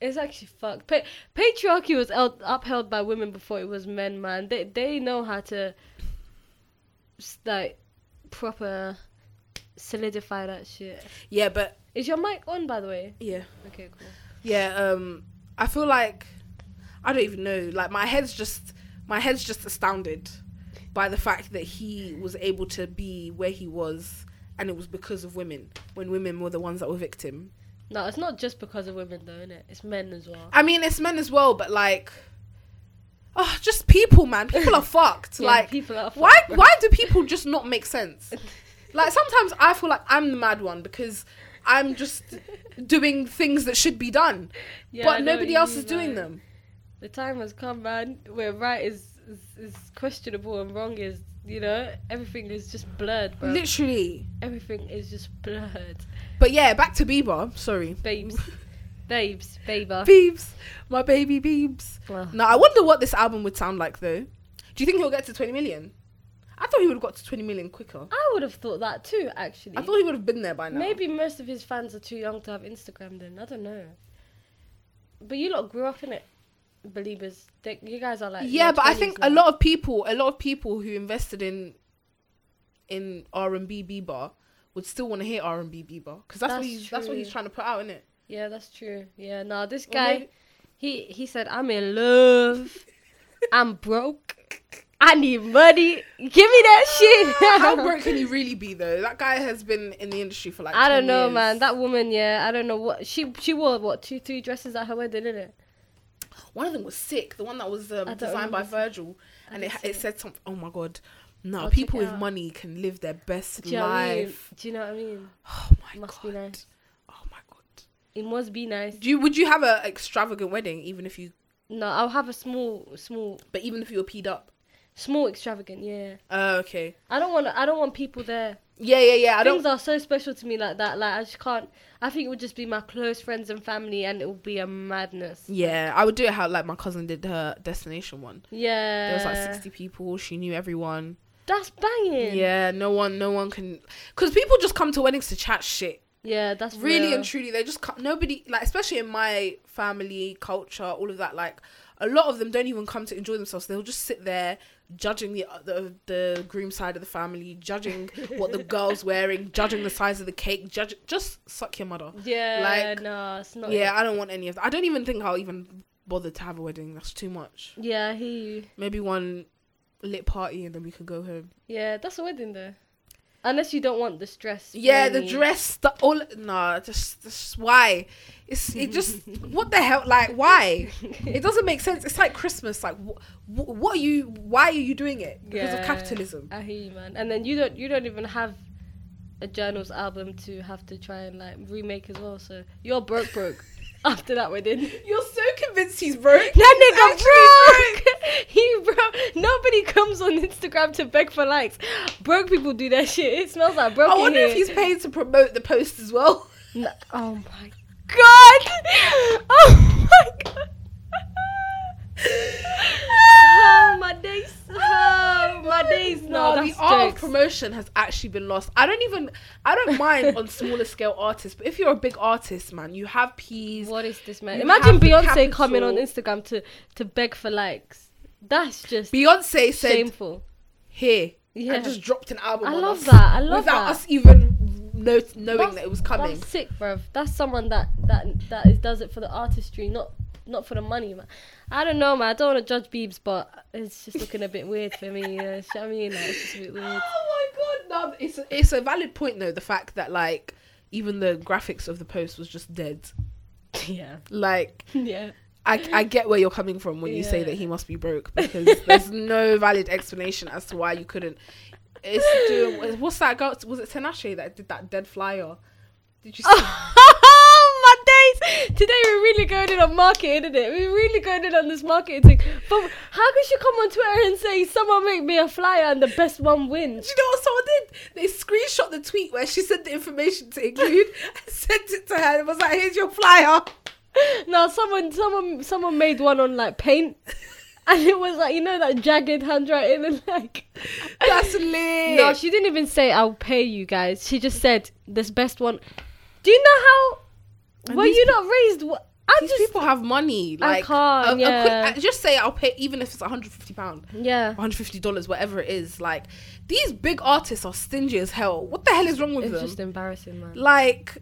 B: It's actually fucked. Pa- patriarchy was el- upheld by women before it was men, man. They they know how to s- like proper solidify that shit.
A: Yeah, but
B: Is your mic on, by the way?
A: yeah,
B: Okay, cool.
A: yeah. Um, I feel like I don't even know. Like my head's just my head's just astounded by the fact that he was able to be where he was, and it was because of women. When women were the ones that were victim.
B: No, it's not just because of women though, innit? It's men as well.
A: I mean, it's men as well, but like, oh, just people, man. People are fucked.
B: Yeah,
A: like,
B: people are
A: why?
B: fucked, bro.
A: Why do people just not make sense? like, sometimes I feel like I'm the mad one because I'm just doing things that should be done,
B: Yeah, I
A: but
B: know what
A: nobody
B: you
A: else
B: mean,
A: is doing
B: like,
A: them.
B: The time has come, man, where right is, is is questionable and wrong is you know everything is just blurred, bro.
A: Literally.
B: everything is just blurred,
A: But yeah, back to Bieber. Sorry,
B: babes, babes, baber.
A: Biebs, my baby Biebs.
B: Ugh.
A: Now I wonder what this album would sound like, though. Do you think he'll get to 20 million? I thought he would have got to 20 million quicker.
B: I would have thought that too, actually.
A: I thought he would have been there by now.
B: Maybe most of his fans are too young to have Instagram then. I don't know. But you lot grew up in it, believers. They, you guys are like. in
A: yeah
B: your
A: but i
B: 20s
A: think
B: now.
A: a lot of people a lot of people who invested in in r&b bieber would still want to hear r&b bieber because that's, what
B: That's
A: he's that's what he's
B: true.
A: trying to put out isn't it
B: Yeah, that's true. Yeah, no, this
A: Or
B: guy,
A: maybe-
B: he he said, I'm in love. I'm broke. I need money. Give me that shit.
A: how broke can he really be though that guy has been in the industry for like
B: I
A: 10
B: don't know,
A: years.
B: man. That woman, yeah, I don't know what she she wore. What two, three dresses at her wedding, didn't it?
A: one of them was sick the one that was um,
B: don't
A: designed by
B: remember.
A: virgil and it,
B: didn't see
A: it said something oh my god no
B: I'll check
A: people
B: it
A: with
B: out.
A: money can live their best
B: Do you know what I mean?
A: life
B: Do you know what I mean?
A: oh my
B: Must be
A: god
B: nice.
A: oh my god
B: It must be nice.
A: do you would you have a extravagant wedding even if you
B: No, I'll have a small, small.
A: but even if you were peed up
B: Small extravagant, yeah.
A: Oh, okay.
B: I don't want. I don't want people there.
A: Yeah, yeah, yeah. I
B: Things
A: don't.
B: are so special to me like that. Like I just can't. I think it would just be my close friends and family, and it would be a madness.
A: Yeah, I would do it how like my cousin did her destination one.
B: Yeah.
A: There was like sixty
B: Uh,
A: people. She knew everyone.
B: That's banging.
A: Yeah, no one, no one can, because people just come to weddings to chat shit.
B: Yeah, that's
A: really
B: real.
A: and truly they just come, nobody like especially in my family culture all of that like a lot of them don't even come to enjoy themselves they'll just sit there judging the the, the groom side of the family judging what the girl's wearing judging the size of the cake judge just suck your mother
B: Yeah,
A: Like-
B: no, it's not.
A: yeah i don't want any of that i don't even think i'll even bother to have a wedding that's too much
B: Yeah, I hear you.
A: maybe one lit party and then we could go home
B: Yeah, that's a wedding though. Unless you don't want the stress.
A: Yeah, the
B: really.
A: dress, the all. Nah, just, just why? It's it just what the hell? Like why? It doesn't make sense. It's like Christmas. Like wh- wh- what are you? Why are you doing it? Because of
B: Yeah.
A: capitalism.
B: I hear you, man. And then you don't you don't even have a journals album to have to try and like remake as well. So you're broke, broke after that wedding.
A: You're so convinced he's broke.
B: That
A: He's
B: nigga
A: actually
B: broke. he broke. Nobody comes on Instagram to beg for likes. Broke people do that shit. It smells like broke.
A: I wonder if he's paid to promote the post as well.
B: oh my god. Oh my god. oh my days. Oh my days. No,
A: the
B: that's
A: art of
B: jokes.
A: promotion has actually been lost. I don't even. I don't mind on smaller scale artists, but if you're a big artist, man, you have peas.
B: What is this man?
A: You
B: Imagine
A: have the
B: Beyonce
A: capital.
B: coming on Instagram to to beg for likes. That's just
A: Beyonce said,
B: shameful.
A: "Here,
B: Yeah,
A: and just dropped an album.
B: I
A: on
B: love
A: us
B: that. I love
A: without
B: that.
A: us even know, knowing
B: That's-
A: that it was coming.
B: That's sick, bruv. That's someone that that that is, does it for the artistry, not not for the money, man. I don't know, man. I don't want to judge Biebs, but it's just looking a bit weird for me. Yeah, you know what I mean, like, it's just a bit weird.
A: Oh my god, no! It's a, it's a valid point though. The fact that like even the graphics of the post was just dead.
B: Yeah,
A: Like
B: yeah.
A: I I get where you're coming from when you say
B: Yeah.
A: that he must be broke because there's no valid explanation as to why you couldn't. It's doing. What's that girl? Was it Tinashe that did that dead flyer? Did you see?
B: Oh, my days! Today we're really going in on marketing, isn't it? We're really going in on this marketing thing. But how could you come on Twitter and say someone make me a flyer and the best one wins?
A: Do you know what someone did? They screenshot the tweet where she said the information to include and sent it to her and was like, here's your flyer.
B: No, someone, someone, someone made one on like paint, and it was like you know that jagged handwriting and like.
A: That's lit.
B: No, she didn't even say I'll pay you guys. She just said this best one. Do you know how?
A: And
B: Were
A: these
B: you not raised? wh- I
A: These
B: just
A: people have money.
B: I
A: Like,
B: can't,
A: a- a quick-
B: yeah.
A: uh, just say I'll pay, even if it's 150 pound,
B: yeah.
A: 150 dollars, whatever it is. Like, these big artists are stingy as hell. What the hell is wrong with
B: It's
A: them?
B: just embarrassing, man.
A: Like,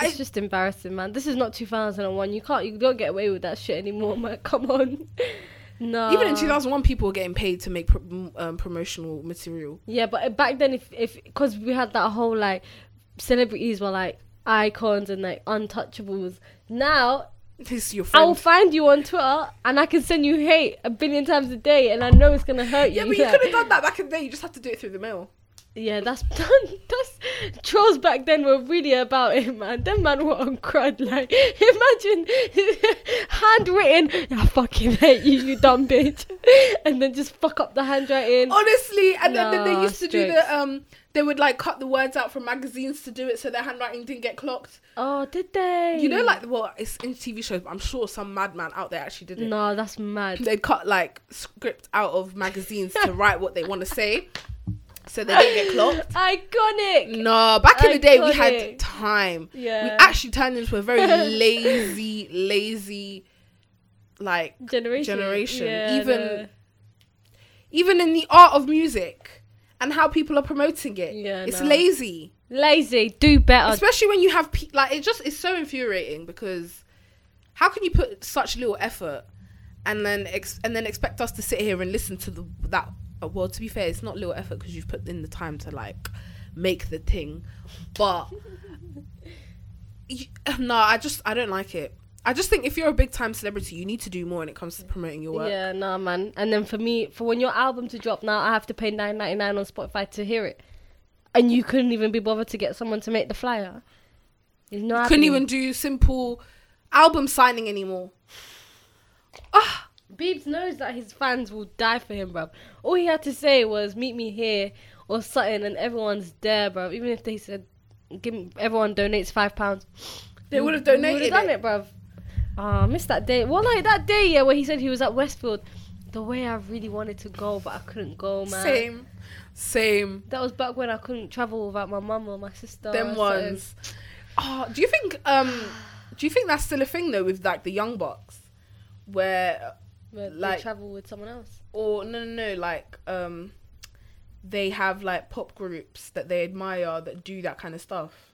A: I-
B: It's just embarrassing, man. This is not 2001. You can't, you don't get away with that shit anymore, man. Come on. No.
A: even in 2001, people were getting paid to make pro- m- um, promotional material.
B: Yeah, but uh, back then, if if because we had that whole like celebrities were like icons and like untouchables. Now
A: This is your friend.
B: I'll find you on Twitter and I can send you hate a billion times a day, and I know it's gonna hurt you.
A: yeah, but you could have done that back in the day. You just had to do it through the mail.
B: Yeah, that's that's trolls back then were really about it, man. Them man were on crud. Like, imagine handwritten. I fucking hate you, you dumb bitch, and then just fuck up the handwriting.
A: Oh. Honestly, and then, then they
B: No,
A: used to do
B: jokes.
A: the um. They would like cut the words out from magazines to do it, so their handwriting didn't get clocked.
B: Oh, did they?
A: You know, like well, it's in TV shows, but I'm sure some madman out there actually did it.
B: No, that's mad.
A: They'd cut like script out of magazines to write what they want to say, so they didn't get clocked.
B: Iconic.
A: No, back in the day we
B: Iconic.
A: had time.
B: Yeah.
A: We actually turned into a very lazy, lazy, like
B: generation.
A: generation,
B: Yeah,
A: even-
B: no.
A: even in the art of music and how people are promoting it.
B: Yeah,
A: it's
B: no.
A: lazy.
B: lazy. Do better.
A: especially when you have pe- like it just it's so infuriating because how can you put such little effort and then ex- and then expect us to sit here and listen to the that uh, well to be fair it's not little effort because you've put in the time to like make the thing but you, no i just i don't like it i just think if you're a big time celebrity you need to do more when it comes to promoting your work
B: yeah, nah, man. And then for me, for when your album to drop now, I have to pay nine ninety nine on Spotify to hear it, and you couldn't even be bothered to get someone to make the flyer. It's not
A: couldn't
B: happening.
A: even do simple album signing anymore ah
B: Biebs knows that his fans will die for him, bruv. All he had to say was "Meet me here" or something, and everyone's there, bruv. Even if they said, "Give me, everyone donates five pounds,"
A: They would have
B: would have
A: donated
B: done
A: it.
B: it, bruv. Ah, I missed that day. Well, like that day, yeah, where he said he was at Westfield. The way I really wanted to go, but I couldn't go, man.
A: Same, same.
B: That was back when I couldn't travel without my mum or my sister.
A: Them
B: or something.
A: ones. Oh, do you think? Um, do you think that's still a thing though with like the young bucks, where
B: Where they
A: Like-
B: travel with someone else.
A: or no no no like um, they have like pop groups that they admire that do that kind of stuff.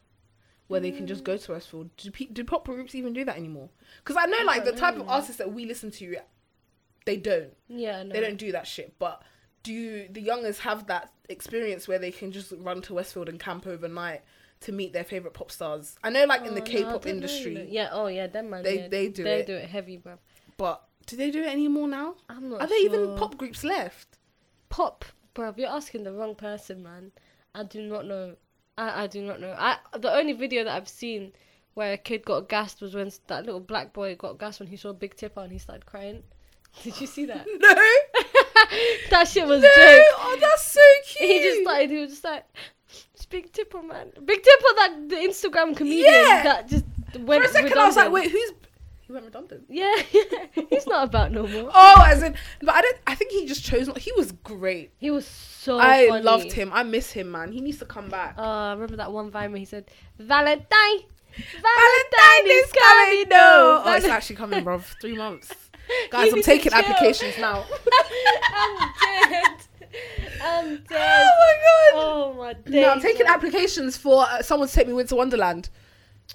A: Where they can just go to Westfield. Do, pe- do pop groups even do that anymore? Because I know,
B: Mm. I
A: like, the
B: don't
A: type
B: know,
A: of
B: man.
A: artists that we listen to, they don't.
B: Yeah, no.
A: they don't do that shit. But do you, the youngers have that experience where they can just run to Westfield and camp overnight to meet their favorite pop stars? I know, like in the
B: Oh, no, I
A: K-pop
B: don't know, you
A: industry,
B: know. Yeah. Oh yeah, them man.
A: They-
B: yeah,
A: they do
B: They
A: it.
B: do it heavy, bruv.
A: but do they do it anymore now?
B: I'm not.
A: Are there even
B: sure.
A: pop groups left?
B: Pop, bruv. You're asking the wrong person, man. I do not know. I I do not know. I the only video that I've seen where a kid got gassed was when that little black boy got gassed when he saw Big Tipper and he started crying. Did you see that?
A: No, no.
B: that shit was joke.
A: Oh, that's so cute.
B: He just started. He was just like, it's Big Tipper, man. Big Tipper, that the Instagram comedian
A: Yeah.
B: that just
A: for
B: went.
A: a second. I was like,
B: redundant.
A: wait, who's? He went redundant.
B: Yeah, he's not about no more.
A: Oh, as in, but I don't. I think he just chose. Not, he was great.
B: He was so.
A: I
B: Oh, funny.
A: loved him. I miss him, man. He needs to come back.
B: Uh, I remember that one Vine where he said, "Valentine,
A: Valentine is coming. No, oh, it's
B: Val-
A: actually coming, bro. Three months, guys.
B: need
A: I'm
B: to
A: taking
B: chill.
A: applications now.
B: I'm dead. I'm dead.
A: Oh my god.
B: Oh my days.
A: no, I'm taking
B: man.
A: applications for uh, someone to take me Winter Wonderland.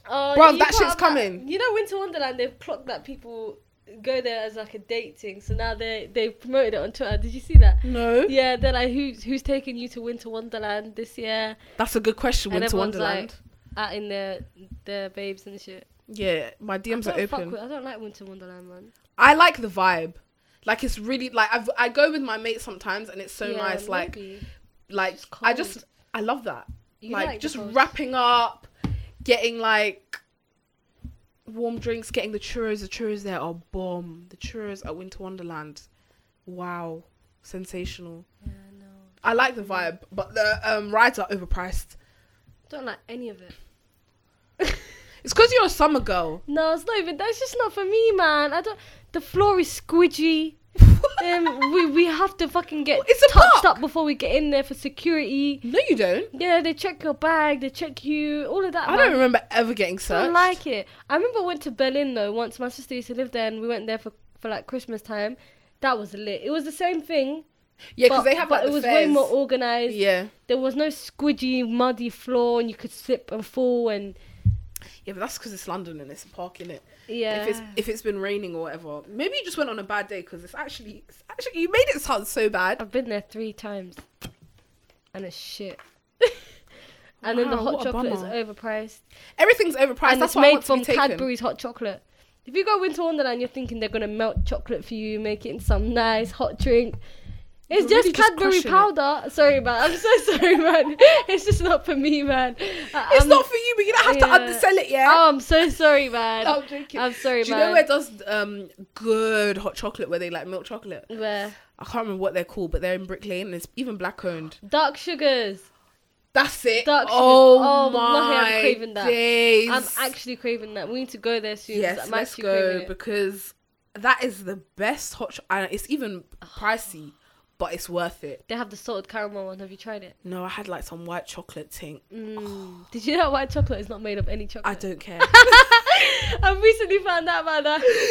B: Oh,
A: Bruv,
B: you
A: that
B: can't
A: shit's
B: have
A: coming.
B: You know, Winter Wonderland. They've clocked that people go there as like a date thing. So now they they've promoted it on Twitter. Did you see that?
A: No,
B: Yeah, they're like, who's who's taking you to Winter Wonderland this year?
A: that's a good question.
B: And
A: Winter
B: everyone's
A: Wonderland.
B: Out in their their babes and shit.
A: yeah, my DMs
B: I
A: are
B: don't fuck
A: open.
B: with- I don't like Winter Wonderland, man.
A: I like the vibe. Like it's really like I've, I go with my mates sometimes, and it's so
B: Yeah,
A: nice. Like
B: maybe.
A: like
B: It's
A: I
B: cold.
A: just I love that.
B: You
A: like,
B: the
A: just
B: cold.
A: wrapping up, getting like warm drinks, getting the churros. The churros there are bomb. The churros at Winter Wonderland, wow, sensational.
B: Yeah, no.
A: I like the vibe, but the um, rides are overpriced.
B: Don't like any of it.
A: It's because you're a summer girl.
B: no, it's not even. That's just not for me, man. I don't. The floor is squidgy. Um, we we have to fucking get
A: It's a
B: touched
A: park.
B: up before we get in there for security.
A: no, you don't.
B: Yeah, they check your bag, they check you, all of that.
A: I
B: man.
A: don't remember ever getting
B: I
A: searched.
B: don't like it. I remember I went to Berlin though once. My sister used to live there, and we went there for for like Christmas time. That was lit. It was the same thing,
A: yeah,
B: but,
A: because they have
B: but
A: like
B: it
A: the
B: was
A: fairs.
B: way more organized.
A: yeah,
B: There was no squidgy, muddy floor, and you could slip and fall. And
A: yeah, but that's because it's London and it's a park in it.
B: yeah,
A: If it's if it's been raining or whatever, maybe you just went on a bad day because it's actually it's actually you made it sound so bad.
B: I've been there three times, and it's shit. and then the
A: Wow,
B: hot
A: what a
B: chocolate is
A: bummer.
B: overpriced,
A: Everything's overpriced.
B: and
A: That's
B: it's
A: why I
B: made
A: want to
B: from
A: be taken.
B: Cadbury's hot chocolate. If you go into Wonderland, you're thinking they're gonna melt chocolate for you, make it into some nice hot drink. It's
A: You're
B: just
A: really just
B: Cadbury
A: crushing it.
B: powder. Sorry, man. I'm so sorry, man. It's just not for me, man. I-
A: It's
B: I'm-
A: not for you, but you don't have
B: Um, yeah.
A: to undersell it. Yeah.
B: Oh, I'm so sorry, man.
A: No, I'm joking.
B: I'm sorry,
A: Do you
B: man.
A: know where it does um good hot chocolate where they like milk chocolate?
B: Where?
A: I can't remember what they're called, but they're in Brick Lane and it's even black owned.
B: Dark sugars.
A: That's it.
B: Dark sugars.
A: oh,
B: Oh,
A: my
B: Mahi, I'm craving that.
A: days.
B: I'm actually craving that. We need to go there soon. 'cause
A: yes.
B: I'm
A: Let's
B: actually
A: go
B: craving it.
A: because that is the best hot. Cho- and it's even pricey, but it's worth it.
B: They have the salted caramel one. Have you tried it?
A: No, I had like some white chocolate thing.
B: Mm. Did you know white chocolate is not made of any
A: I
B: chocolate?
A: don't care.
B: I have recently found out about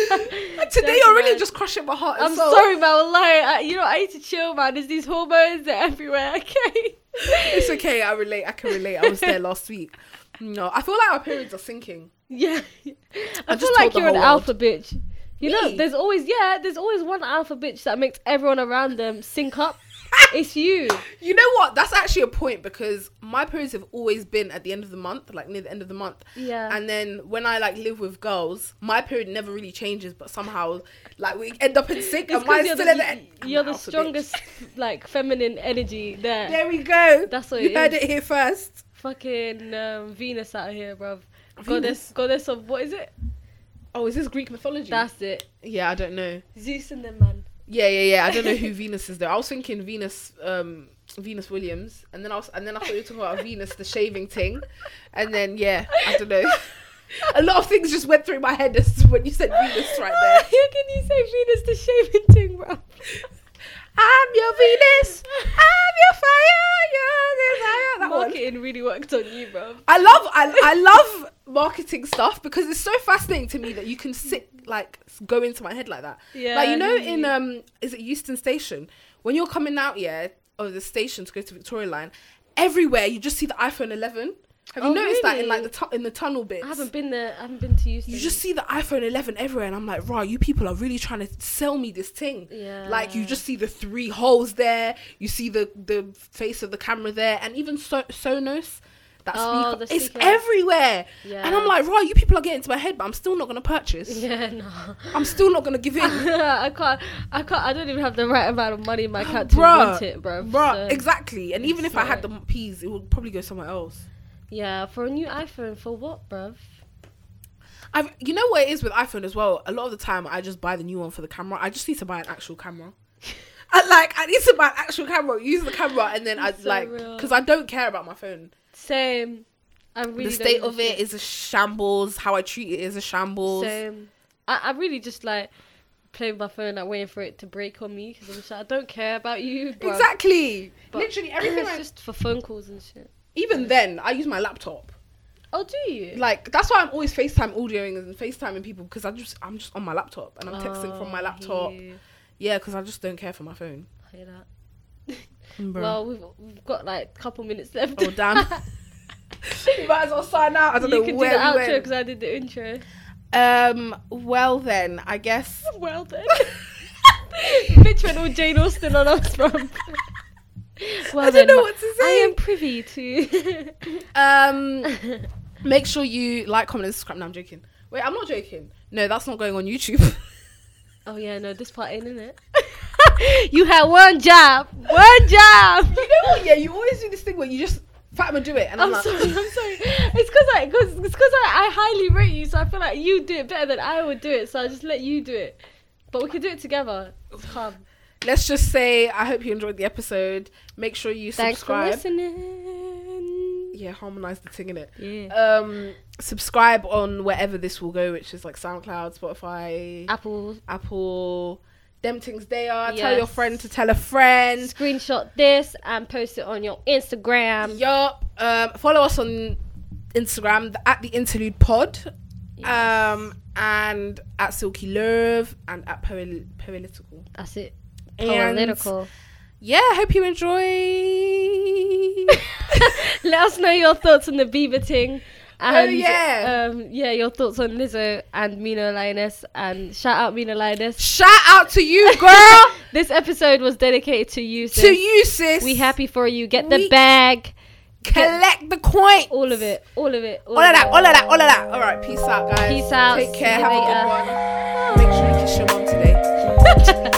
B: that.
A: Today
B: That's
A: you're really
B: mad.
A: just crushing my heart.
B: I'm
A: and soul.
B: sorry, man. Wallahi, I, you know I need to chill, man. There's these hormones they're everywhere. Okay.
A: It's okay. I relate. I can relate. I was there last week. No, I feel like our periods are sinking.
B: Yeah. I,
A: just
B: feel like
A: told the
B: you're an
A: whole
B: alpha bitch. You know,
A: Me?
B: there's always yeah, there's always one alpha bitch that makes everyone around them sync up. it's you.
A: You know what? That's actually a point because my periods have always been at the end of the month, like near the end of the month.
B: Yeah.
A: And then when I like live with girls, my period never really changes, but somehow like we end up in sync
B: It's
A: and mine's
B: 'cause you're
A: still
B: the,
A: at the end. I'm
B: you're
A: an
B: the
A: alpha bitch.
B: strongest, like, feminine energy there.
A: There we go.
B: That's what
A: you
B: it
A: heard
B: is.
A: it here first.
B: Fucking um, Venus out here, bruv.
A: Venus?
B: Goddess, goddess of what is it?
A: Oh, is this Greek mythology?
B: That's it.
A: yeah, I don't know.
B: Zeus and them man.
A: Yeah, yeah, yeah. I don't know who Venus is though. I was thinking Venus, um, Venus Williams, and then I was, and then I thought you were talking about Venus, the shaving thing, and then yeah, I don't know. A lot of things just went through my head as when you said Venus right
B: How
A: there.
B: can you say Venus the shaving thing, bro?
A: I'm your Venus. I'm your fire. Your desire. That one.
B: Marketing really worked on you, bro.
A: I love I, I love marketing stuff because it's so fascinating to me that you can sit like s- go into my head like that.
B: Yeah.
A: like you know
B: really.
A: in um is it Euston Station when you're coming out yeah of the station to go to Victoria Line, everywhere you just see the iPhone 11. Have you
B: Oh,
A: noticed that in like the
B: really?
A: tu- in the tunnel bits?
B: I haven't been there. I haven't been to Houston.
A: You just see the iPhone 11 everywhere, and I'm like, right, you people are really trying to sell me this thing.
B: Yeah.
A: Like you just see the three holes there. You see the the face of the camera there, and even so- Sonos, that
B: Oh,
A: speaker,
B: the
A: it's
B: speaker.
A: everywhere.
B: Yeah.
A: And I'm like, right, you people are getting to my head, but I'm still not gonna purchase.
B: Yeah, no.
A: I'm still not gonna give in.
B: I can't. I can't. I don't even have the right amount of money in my account to
A: Bruh,
B: want it, bro.
A: Bruh, exactly. And even if I had
B: so-
A: the peas, it would probably go somewhere else.
B: Yeah, for a new iPhone, for what, bruv?
A: I've, you know what it is with iPhone as well. A lot of the time, I just buy the new one for the camera. I just need to buy an actual camera. I, like I need to buy an actual camera, use the camera, and then I
B: That's so
A: like
B: real.
A: because I don't care about my phone.
B: Same. I really
A: the state of it is a shambles. How I treat it is a shambles.
B: Same. I, I really just like play with my phone, like waiting for it to break on me because I'm just like, I don't care about you, bruv.
A: exactly.
B: But
A: Literally everything.
B: it's
A: I,
B: just for phone calls and shit.
A: even then, I use my laptop.
B: Oh, do you?
A: Like that's why I'm always FaceTime audioing and FaceTiming people because I just I'm just on my laptop and I'm texting from my
B: Oh,
A: laptop.
B: yeah.
A: Yeah, because I just don't care for my phone.
B: I hear that.
A: Bruh.
B: Well, we've we've got like a couple minutes left.
A: Oh, damn. you might as well sign out. I
B: you
A: don't know
B: can do the
A: where we
B: outro
A: went.
B: because I did the intro.
A: Um. Well then, I guess.
B: Well then. Bitch went all Jane Austen on us, from. Well
A: I
B: then,
A: don't know
B: my-
A: what to
B: I
A: say.
B: am privy to.
A: Um. Make sure you like, comment, and subscribe. No, I'm joking. Wait, I'm not joking. No, that's not going on YouTube.
B: oh yeah, no, this part ain't in it. you had one job, one job.
A: you know what? Yeah, you always do this thing where you just Fatima do it, and I'm,
B: I'm
A: like,
B: sorry, I'm sorry. It's because I, cause, it's 'cause I, I highly rate you, so I feel like you do it better than I would do it. So I just let you do it. But we can do it together. It's calm.
A: let's just say I hope you enjoyed the episode. Make sure you
B: Thanks for
A: subscribe.
B: listening.
A: Yeah, harmonize the thing in it.
B: Yeah.
A: Um, subscribe on wherever this will go, which is like SoundCloud, Spotify,
B: Apple
A: Apple. Them things they are. Tell
B: Yes.
A: your friend to tell a friend.
B: screenshot this and post it on your Instagram.
A: Yup. Um, follow us on Instagram th- at the Interlude Pod, um, and at Silky Love and at Poel- Poelitical.
B: That's it.
A: And-
B: Political.
A: Yeah, hope you enjoy.
B: Let us know your thoughts on the Bieber thing. And,
A: Oh, yeah.
B: um, yeah, your thoughts on Lizzo and Mina Lioness. And shout out Mina Lioness.
A: Shout out to you, girl.
B: this episode was dedicated to you. Sis.
A: to you, sis.
B: We happy for you. Get the
A: We-
B: bag.
A: collect the coin.
B: All of it. All of it.
A: All of that. All of that. All of that. All right. Peace out, guys.
B: Peace out.
A: Take care.
B: See you
A: Have a
B: later.
A: good one. Make sure you kiss your mom today.
B: that.